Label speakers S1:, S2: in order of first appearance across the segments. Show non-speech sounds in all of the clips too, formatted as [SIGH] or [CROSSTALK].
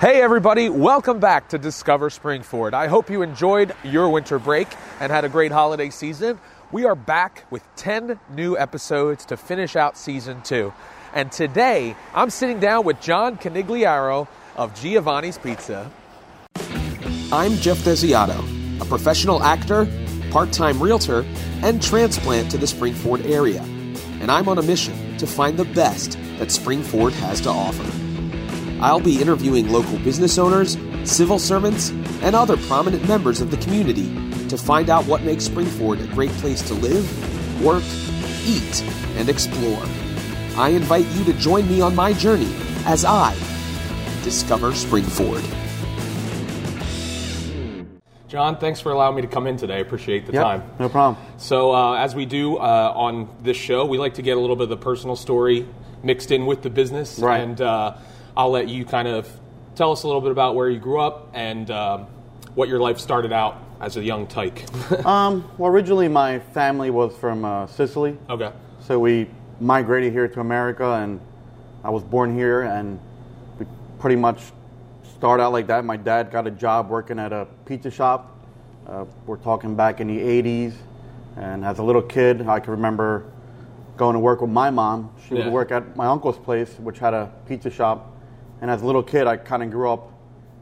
S1: Hey, everybody, welcome back to Discover Springford. I hope you enjoyed your winter break and had a great holiday season. We are back with 10 new episodes to finish out season two. And today, I'm sitting down with John Canigliaro of Giovanni's Pizza.
S2: I'm Jeff Desiato, a professional actor, part time realtor, and transplant to the Springford area. And I'm on a mission to find the best that Springford has to offer. I'll be interviewing local business owners, civil servants, and other prominent members of the community to find out what makes Springford a great place to live, work, eat, and explore. I invite you to join me on my journey as I discover Springford.
S1: John, thanks for allowing me to come in today. I appreciate the
S3: Yep,
S1: time.
S3: No problem.
S1: So, uh, as we do uh, on this show, we like to get a little bit of the personal story mixed in with the business.
S3: Right.
S1: And uh, I'll let you kind of tell us a little bit about where you grew up and um, what your life started out as a young
S3: [LAUGHS]
S1: tyke.
S3: Um, well, originally my family was from uh, Sicily,
S1: okay.
S3: so we migrated here to America, and I was born here, and we pretty much started out like that. My dad got a job working at a pizza shop. Uh, we're talking back in the '80s, and as a little kid, I can remember going to work with my mom. She
S1: Yeah.
S3: would work at my uncle's place, which had a pizza shop, and as a little kid, I kind of grew up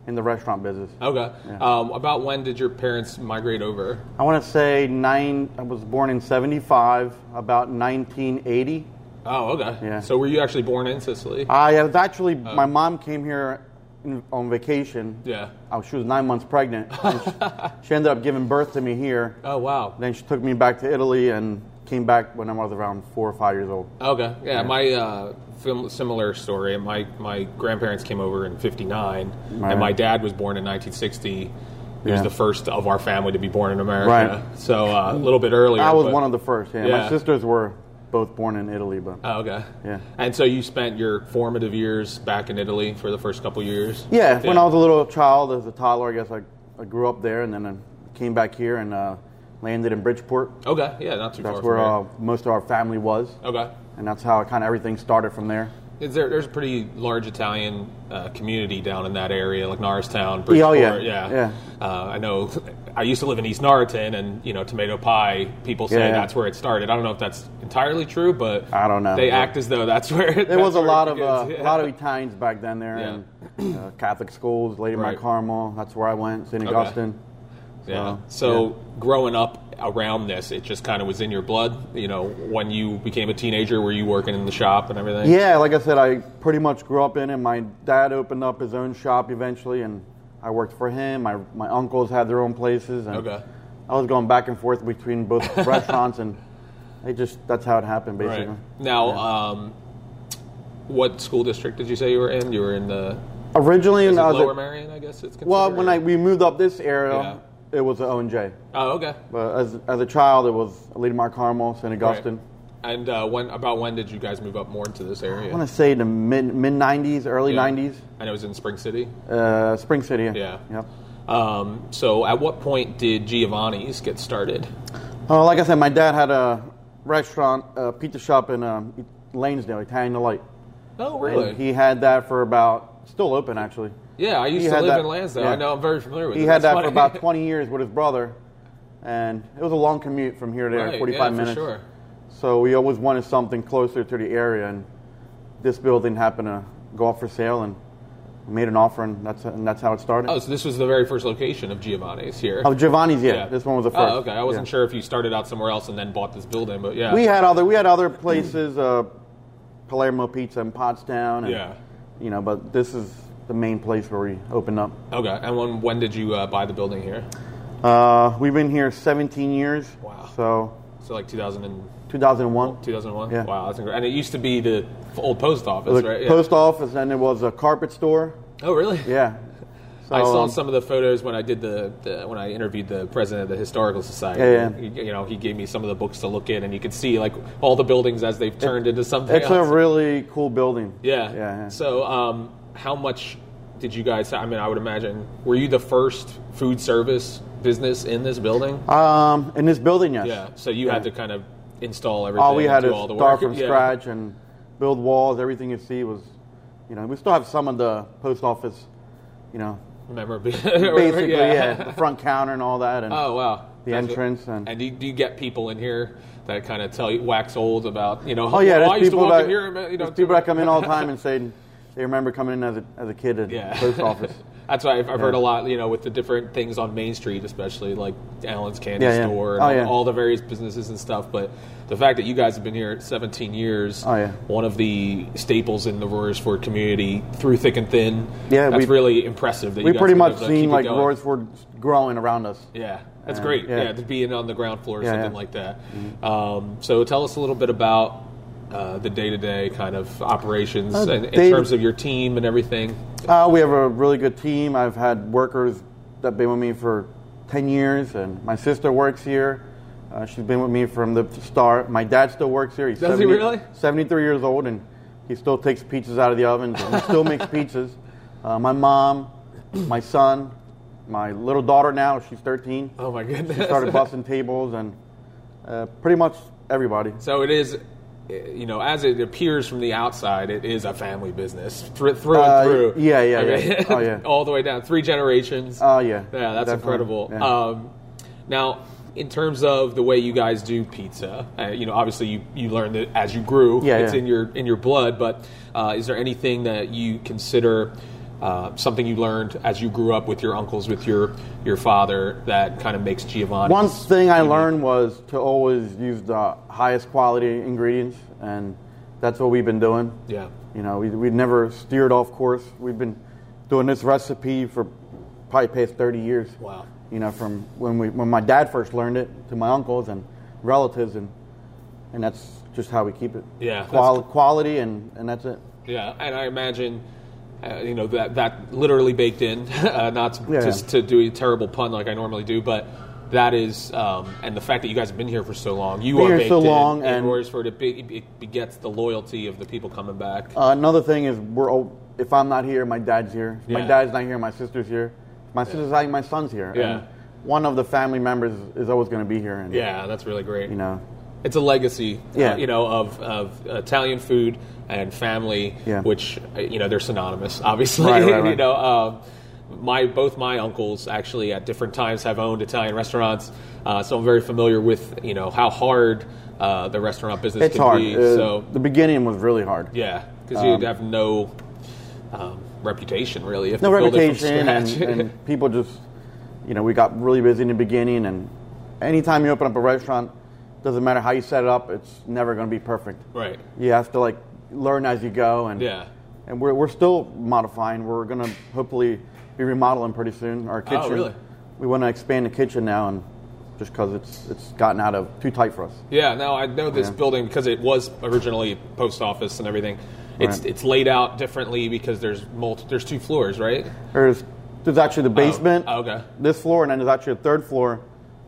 S3: in the restaurant business.
S1: Okay. Um, about when did your parents migrate over?
S3: I want to say nine. I was born in '75, about 1980.
S1: Oh, okay.
S3: Yeah.
S1: So, were you actually born in Sicily?
S3: I was actually my mom came here in, on vacation.
S1: Oh. yeah.
S3: I, she was nine months
S1: [LAUGHS]
S3: pregnant. and she, she ended up giving birth to me here.
S1: Oh, wow.
S3: Then she took me back to Italy and came back when I was around four or five years old.
S1: Okay. Yeah, my uh, film, similar story. My my grandparents came over in '59,
S3: Right.
S1: and my dad was born in 1960. He was
S3: Yeah.
S1: the first of our family to be born in America.
S3: Right.
S1: So uh, a little bit earlier.
S3: I was
S1: but-
S3: one of the first. Yeah.
S1: Yeah.
S3: my sisters were both born in Italy, but
S1: Oh, okay.
S3: Yeah.
S1: And so you spent your formative years back in Italy for the first couple years.
S3: Yeah, when I was a little child, as a toddler, I guess I, I grew up there, and then I came back here and uh, landed in Bridgeport.
S1: Okay. Yeah, not too
S3: That's
S1: far.
S3: where
S1: from
S3: uh, most of our family was,
S1: here. Okay.
S3: and that's how kind of everything started from there.
S1: Is there, there's a pretty large Italian uh, community down in that area, like Norristown,
S3: Yeah, oh,
S1: Bridgeport.
S3: yeah,
S1: yeah.
S3: yeah.
S1: Uh, I know. I used to live in East Norriton, and you know, tomato pie. People say
S3: Yeah.
S1: that's where it started. I don't know if that's entirely true, but
S3: I don't know.
S1: They
S3: Yeah.
S1: act as though that's where it,
S3: There was
S1: that's
S3: a
S1: where it
S3: lot of
S1: begins. [LAUGHS]
S3: uh,
S1: Yeah.
S3: a lot of Italians back then there,
S1: Yeah.
S3: and uh, Catholic schools, Lady
S1: Right.
S3: Mount Carmel. That's where I went, St.
S1: Okay.
S3: Augustine.
S1: Yeah.
S3: So,
S1: So growing up around this, it just kind of was in your blood. You know, when you became a teenager, were you working in the shop and everything?
S3: Yeah, like I said, I pretty much grew up in it. My dad opened up his own shop eventually, and I worked for him. My my uncles had their own places, and
S1: Okay.
S3: I was going back and forth between both
S1: [LAUGHS]
S3: restaurants, and it just that's how it happened basically.
S1: Right. Now, um, what school district did you say you were in? You were in the
S3: Originally,
S1: Is
S3: I
S1: it
S3: was at-
S1: Lower Marion, I guess it's considered.
S3: well, when I we moved up this area,
S1: Yeah.
S3: it was the O and J.
S1: oh okay,
S3: But as as a child, it was Lady Mark Carmel, St. Augustine.
S1: Right. And uh, when about when did you guys move up more into this area?
S3: I want to say the mid mid '90s, early
S1: Yeah.
S3: '90s,
S1: And it was in Spring City.
S3: uh, Spring City.
S1: Yeah.
S3: Yep.
S1: Um, so at what point did Giovanni's get started?
S3: Oh, like I said, my dad had a restaurant, a pizza shop in um, Lanesdale, Italian Delight.
S1: Oh
S3: And
S1: really?
S3: He had that for about still open actually.
S1: yeah, I used
S3: he
S1: to
S3: had
S1: live
S3: that-
S1: in Lansdale.
S3: yeah.
S1: I know I'm very familiar with.
S3: He
S1: it.
S3: had
S1: That's
S3: that for
S1: [LAUGHS] funny.
S3: about 20 years with his brother, and it was a long commute from here to there,
S1: Right,
S3: 45
S1: yeah,
S3: minutes.
S1: For sure.
S3: So we always wanted something closer to the area, and this building happened to go up for sale, and we made an offer, and that's and that's how it started.
S1: Oh, so this was the very first location of Giovanni's here.
S3: Of Giovanni's, Oh, yeah.
S1: Yeah.
S3: This one was the first.
S1: Oh, okay. I wasn't
S3: Yeah.
S1: sure if you started out somewhere else and then bought this building, but yeah.
S3: We had other we had other places, uh, Palermo Pizza in Pottstown, and,
S1: Yeah.
S3: you know, but this is the main place where we opened up.
S1: okay. And when when did you uh, buy the building here?
S3: Uh, we've been here 17 years.
S1: Wow.
S3: So
S1: So like 2000 and
S3: 2001.
S1: 2001.
S3: Yeah.
S1: Wow, that's incredible. And it used to be the f- old post office,
S3: the
S1: right? Yeah.
S3: post office, and it was a carpet store.
S1: oh, really?
S3: Yeah. So,
S1: I saw
S3: um,
S1: some of the photos when I did the, the when I interviewed the president of the historical society.
S3: Yeah, yeah.
S1: He- you know, he gave me some of the books to look in, and you could see like all the buildings as they've turned into something.
S3: It's a
S1: else.
S3: really cool building.
S1: yeah.
S3: Yeah. yeah.
S1: So, um, how much did you guys? I mean, I would imagine were you the first food service business in this building?
S3: um, in this building, yes.
S1: yeah. So you had to kind of install everything.
S3: All we had
S1: do
S3: is
S1: all the work.
S3: start from
S1: [LAUGHS] Yeah.
S3: scratch and build walls. Everything you see was, you know, we still have some of the post office you know,
S1: Remember, be- [LAUGHS]
S3: basically, yeah. the front counter and all that. And
S1: Oh wow.
S3: The
S1: That's what-
S3: entrance and-
S1: and do you, do you get people in here that kind of tell you wax old about you know?
S3: Oh yeah,
S1: well,
S3: there's
S1: I used to
S3: people
S1: walk
S3: that
S1: in here. You know,
S3: there's people that come in all the time and say they remember coming in as a, as a kid at
S1: [LAUGHS] yeah.
S3: the
S1: [LAUGHS]
S3: post office.
S1: That's why I've, I've heard a lot, you know, with the different things on Main Street, especially like Allen's Candy
S3: Yeah, yeah.
S1: Store and
S3: Oh,
S1: all-
S3: yeah.
S1: all the various businesses and stuff. But the fact that you guys have been here 17 years,
S3: Oh, yeah.
S1: one of the staples in the Roarsford community through thick and thin,
S3: Yeah,
S1: that's
S3: we-
S1: really impressive. That you
S3: We
S1: guys
S3: pretty
S1: have been
S3: much
S1: able to keep
S3: seen
S1: it
S3: like
S1: going.
S3: Roarsford growing around us.
S1: Yeah, that's
S3: Uh,
S1: great. Yeah.
S3: yeah.
S1: to be in on the ground floor or
S3: Yeah,
S1: something
S3: yeah. Mm-hmm.
S1: like that. Um, so tell us a little bit about uh, the day-to-day kind of operations
S3: Uh,
S1: and, in
S3: day-
S1: terms of your team and everything.
S3: Uh, we have a really good team. I've had workers that been with me for 10 years, and my sister works here. Uh, she's been with me from the start. My dad still works here. He's
S1: Does he really?
S3: 73 years old, and he still takes pizzas out of the oven. and he still makes pizzas. Uh, my mom, my son, my little daughter now, she's 13.
S1: Oh my goodness! [LAUGHS]
S3: Started busting tables, and uh, pretty much everybody.
S1: So it is, uh, you know, as it appears from the outside, it is a family business through, through
S3: Uh,
S1: and through.
S3: yeah, yeah,
S1: I
S3: yeah.
S1: mean,
S3: Oh, yeah.
S1: [LAUGHS] all the way down, three generations.
S3: Oh, yeah.
S1: Yeah, that's
S3: Definitely.
S1: incredible.
S3: Yeah.
S1: Um, now, in terms of the way you guys do pizza, uh, you know, obviously you, you learned it as you grew.
S3: Yeah,
S1: it's
S3: yeah.
S1: in your in your blood. But uh, is there anything that you consider? Uh, something you learned as you grew up with your uncles, with your your father, that kind of makes Giovanni.
S3: One thing I learned was to always use the highest quality ingredients, and that's what we've been doing.
S1: Yeah.
S3: You know, we, we never steered off course. We've been doing this recipe for probably past 30 years.
S1: Wow.
S3: You know, from when we when my dad first learned it to my uncles and relatives, and and that's just how we keep it.
S1: Yeah, that's-
S3: Qual- quality, and and that's it.
S1: Yeah, and I imagine, uh, you know, that that literally baked in, [LAUGHS] uh, not to,
S3: Yeah.
S1: just to do a terrible pun like I normally do, but that is, um, and the fact that you guys have been here for so long, you
S3: Been
S1: are
S3: here
S1: baked
S3: so
S1: in,
S3: long
S1: in
S3: and-
S1: Royersford, it, be, it begets the loyalty of the people coming back.
S3: Uh, another thing is we're all, if I'm not here, my dad's here. If
S1: Yeah.
S3: My dad's not here, my sister's here. If my sister's not here, my son's here.
S1: Yeah.
S3: And one of the family members is always going to be here. And,
S1: yeah, that's really great.
S3: You know,
S1: It's a legacy, uh,
S3: Yeah.
S1: you know, of, of Italian food and family,
S3: Yeah.
S1: which uh, you know they're synonymous, [LAUGHS] obviously.
S3: Right, right,
S1: you
S3: right.
S1: know, um, my both my uncles actually at different times have owned Italian restaurants, uh, so I'm very familiar with you know how hard uh, the restaurant business
S3: it's
S1: can
S3: hard.
S1: be.
S3: Uh,
S1: so
S3: the beginning was really hard.
S1: yeah, because you have no um, reputation really. If
S3: No
S1: you build it from
S3: reputation, and,
S1: scratch.
S3: and people just, you know, we got really busy in the beginning. And anytime you open up a restaurant, doesn't matter how you set it up, it's never going to be perfect.
S1: [LAUGHS] right.
S3: You have to like learn as you go. And
S1: Yeah.
S3: and we're, we're still modifying. We're gonna hopefully be remodeling pretty soon our kitchen.
S1: Oh, really?
S3: We want to expand the kitchen now, and just because it's it's gotten out of too tight for us.
S1: Yeah, no, I know this
S3: Yeah.
S1: building because it was originally post office and everything. It's
S3: Right.
S1: it's laid out differently because there's multi, there's two floors, right?
S3: There's there's actually the basement,
S1: Oh, okay.
S3: this floor, and then there's actually a third floor,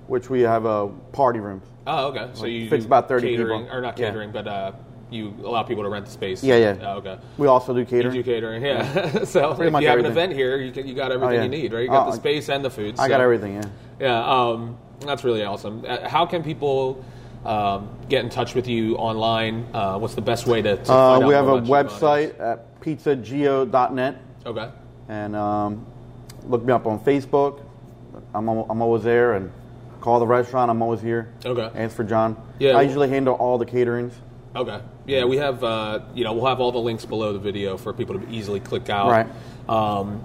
S3: which we have a party room.
S1: Oh, okay. So you
S3: fits
S1: do
S3: about 30
S1: catering,
S3: people.
S1: or not
S3: Yeah.
S1: catering, but uh, you allow people to rent the space.
S3: Yeah, yeah.
S1: Oh, okay.
S3: We also do catering.
S1: You do catering, yeah. [LAUGHS] so if you have
S3: much
S1: an
S3: everything.
S1: event here, you, can, you got everything
S3: yeah.
S1: you need, right? You got
S3: Oh,
S1: the
S3: I-
S1: space and the food.
S3: I got
S1: so-
S3: everything. Yeah.
S1: Yeah, um, that's really awesome. Uh, How can people um, get in touch with you online? Uh, what's the best way to? to
S3: Uh,
S1: find out
S3: we have
S1: more
S3: a
S1: about Giovanni's?
S3: website at pizzageo.net,
S1: Okay.
S3: and um, look me up on Facebook. I'm al- I'm always there, and call the restaurant. I'm always here.
S1: Okay.
S3: Answer for John.
S1: Yeah,
S3: I
S1: well-
S3: usually handle all the caterings.
S1: Okay. Yeah, we have. Uh, you know, we'll have all the links below the video for people to easily click out.
S3: Right.
S1: Um,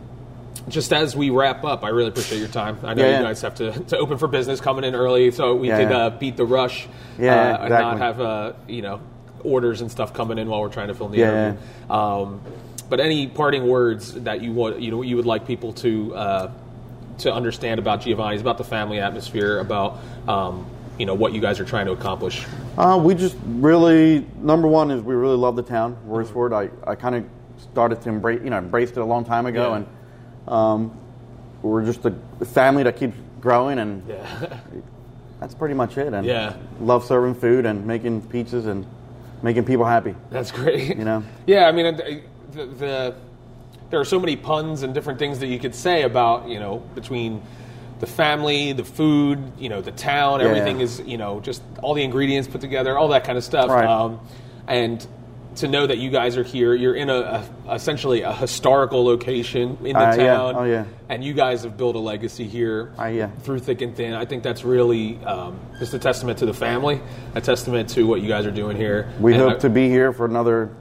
S1: just as we wrap up, I really appreciate your time. I know
S3: Yeah,
S1: you
S3: yeah.
S1: guys have to, [LAUGHS] to open for business coming in early, so we
S3: Yeah,
S1: could
S3: yeah.
S1: Uh, beat the rush.
S3: Yeah,
S1: uh,
S3: yeah,
S1: And not
S3: exactly.
S1: have uh, you know orders and stuff coming in while we're trying to film the
S3: Yeah,
S1: interview. Um, but any parting words that you want, you know, you would like people to uh, to understand about Giovanni's, about the family atmosphere, about um, you know what you guys are trying to accomplish. [LAUGHS]
S3: Uh, we just really number one is we really love the town, Royceford. I, I kind of started to embrace, you know, embraced it a long time ago,
S1: Yeah.
S3: and um, we're just a family that keeps growing, and
S1: Yeah.
S3: that's pretty much it. And
S1: Yeah.
S3: love serving food and making pizzas and making people happy.
S1: That's great.
S3: You know?
S1: Yeah, I mean, and, uh, the, the there are so many puns and different things that you could say about you know between the family, the food, you know, the town.
S3: Yeah.
S1: Everything is you know just all the ingredients put together, all that kind of stuff.
S3: Right.
S1: Um, and to know that you guys are here. You're in a, a essentially a historical location in the
S3: Uh, yeah.
S1: town.
S3: Oh, yeah.
S1: And you guys have built a legacy here
S3: Uh, yeah.
S1: through thick and thin. I think that's really um, just a testament to the family, a testament to what you guys are doing here.
S3: We
S1: And
S3: hope
S1: I-
S3: to be here for another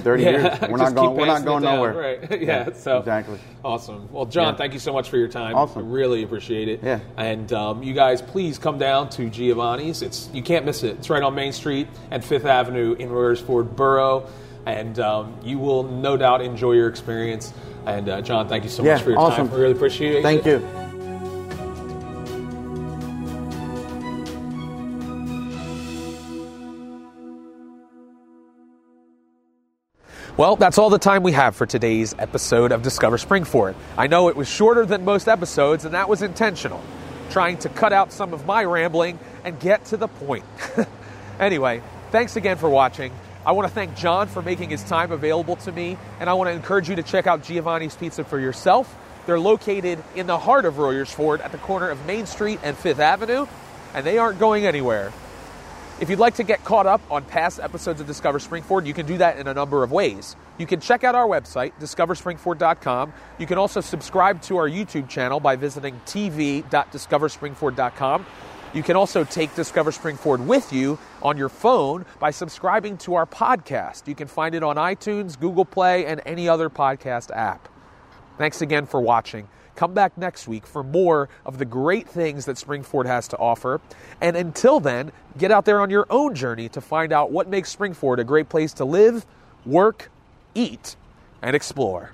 S1: [LAUGHS]
S3: 30 years. We're
S1: just
S3: not going.
S1: keep
S3: We're not
S1: passing it
S3: going
S1: down,
S3: nowhere.
S1: Right. [LAUGHS] yeah, So
S3: exactly.
S1: Awesome. Well, John,
S3: Yeah.
S1: thank you so much for your time.
S3: Awesome.
S1: I really appreciate it.
S3: Yeah.
S1: And um, you guys, please come down to Giovanni's. It's you can't miss it. It's right on Main Street and Fifth Avenue in Royersford Borough, and um, you will no doubt enjoy your experience. And uh, John, thank you so
S3: Yeah,
S1: much for your
S3: awesome.
S1: time. We really appreciate it.
S3: Thank you.
S1: Well, that's all the time we have for today's episode of Discover Springford. I know it was shorter than most episodes, and that was intentional, trying to cut out some of my rambling and get to the point. [LAUGHS] anyway, thanks again for watching. I want to thank John for making his time available to me, and I want to encourage you to check out Giovanni's Pizza for yourself. They're located in the heart of Royersford at the corner of Main Street and Fifth Avenue, and they aren't going anywhere. If you'd like to get caught up on past episodes of Discover Springford, you can do that in a number of ways. You can check out our website, discoverspringford.com. You can also subscribe to our YouTube channel by visiting tv.discoverspringford.com. You can also take Discover Springford with you on your phone by subscribing to our podcast. You can find it on iTunes, Google Play, and any other podcast app. Thanks again for watching. Come back next week for more of the great things that Springford has to offer. And until then, get out there on your own journey to find out what makes Springford a great place to live, work, eat, and explore.